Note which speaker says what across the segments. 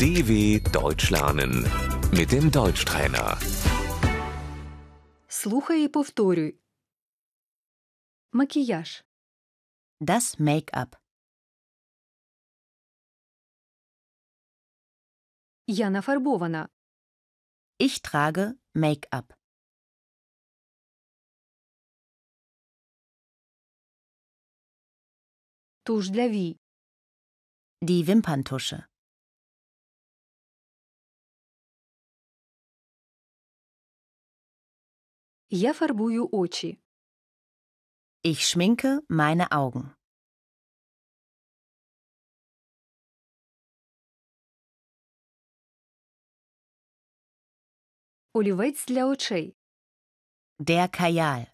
Speaker 1: DW Deutsch lernen mit dem Deutschtrainer.
Speaker 2: Слухай і повторюй. Макіяж.
Speaker 3: Das Make-up.
Speaker 2: Я нафарбована.
Speaker 3: Ich trage Make-up.
Speaker 2: Туш для вій.
Speaker 3: Die Wimperntusche.
Speaker 2: Я фарбую очі.
Speaker 3: Ich schminke meine Augen.
Speaker 2: Олівець для очей.
Speaker 3: Der Kajal.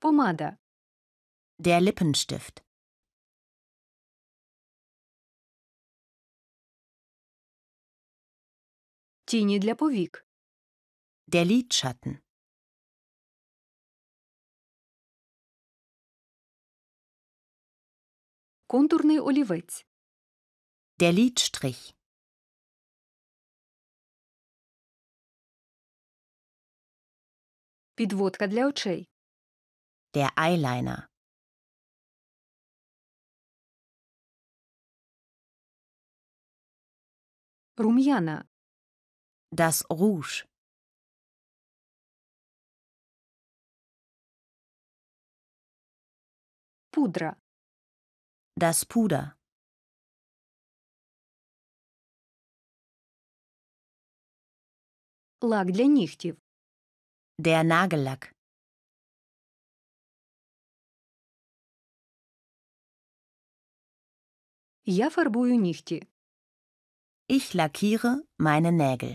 Speaker 2: Помада.
Speaker 3: Der Lippenstift.
Speaker 2: Тіні для повік.
Speaker 3: Der Lidschatten.
Speaker 2: Контурний олівець.
Speaker 3: Der Lidstrich.
Speaker 2: Підводка для очей.
Speaker 3: Der Eyeliner.
Speaker 2: Рум'яна.
Speaker 3: Das Rouge.
Speaker 2: Пудра.
Speaker 3: Das Puder.
Speaker 2: Лак для нігтів.
Speaker 3: Der Nagellack.
Speaker 2: Я фарбую нігті.
Speaker 3: Ich lackiere meine Nägel.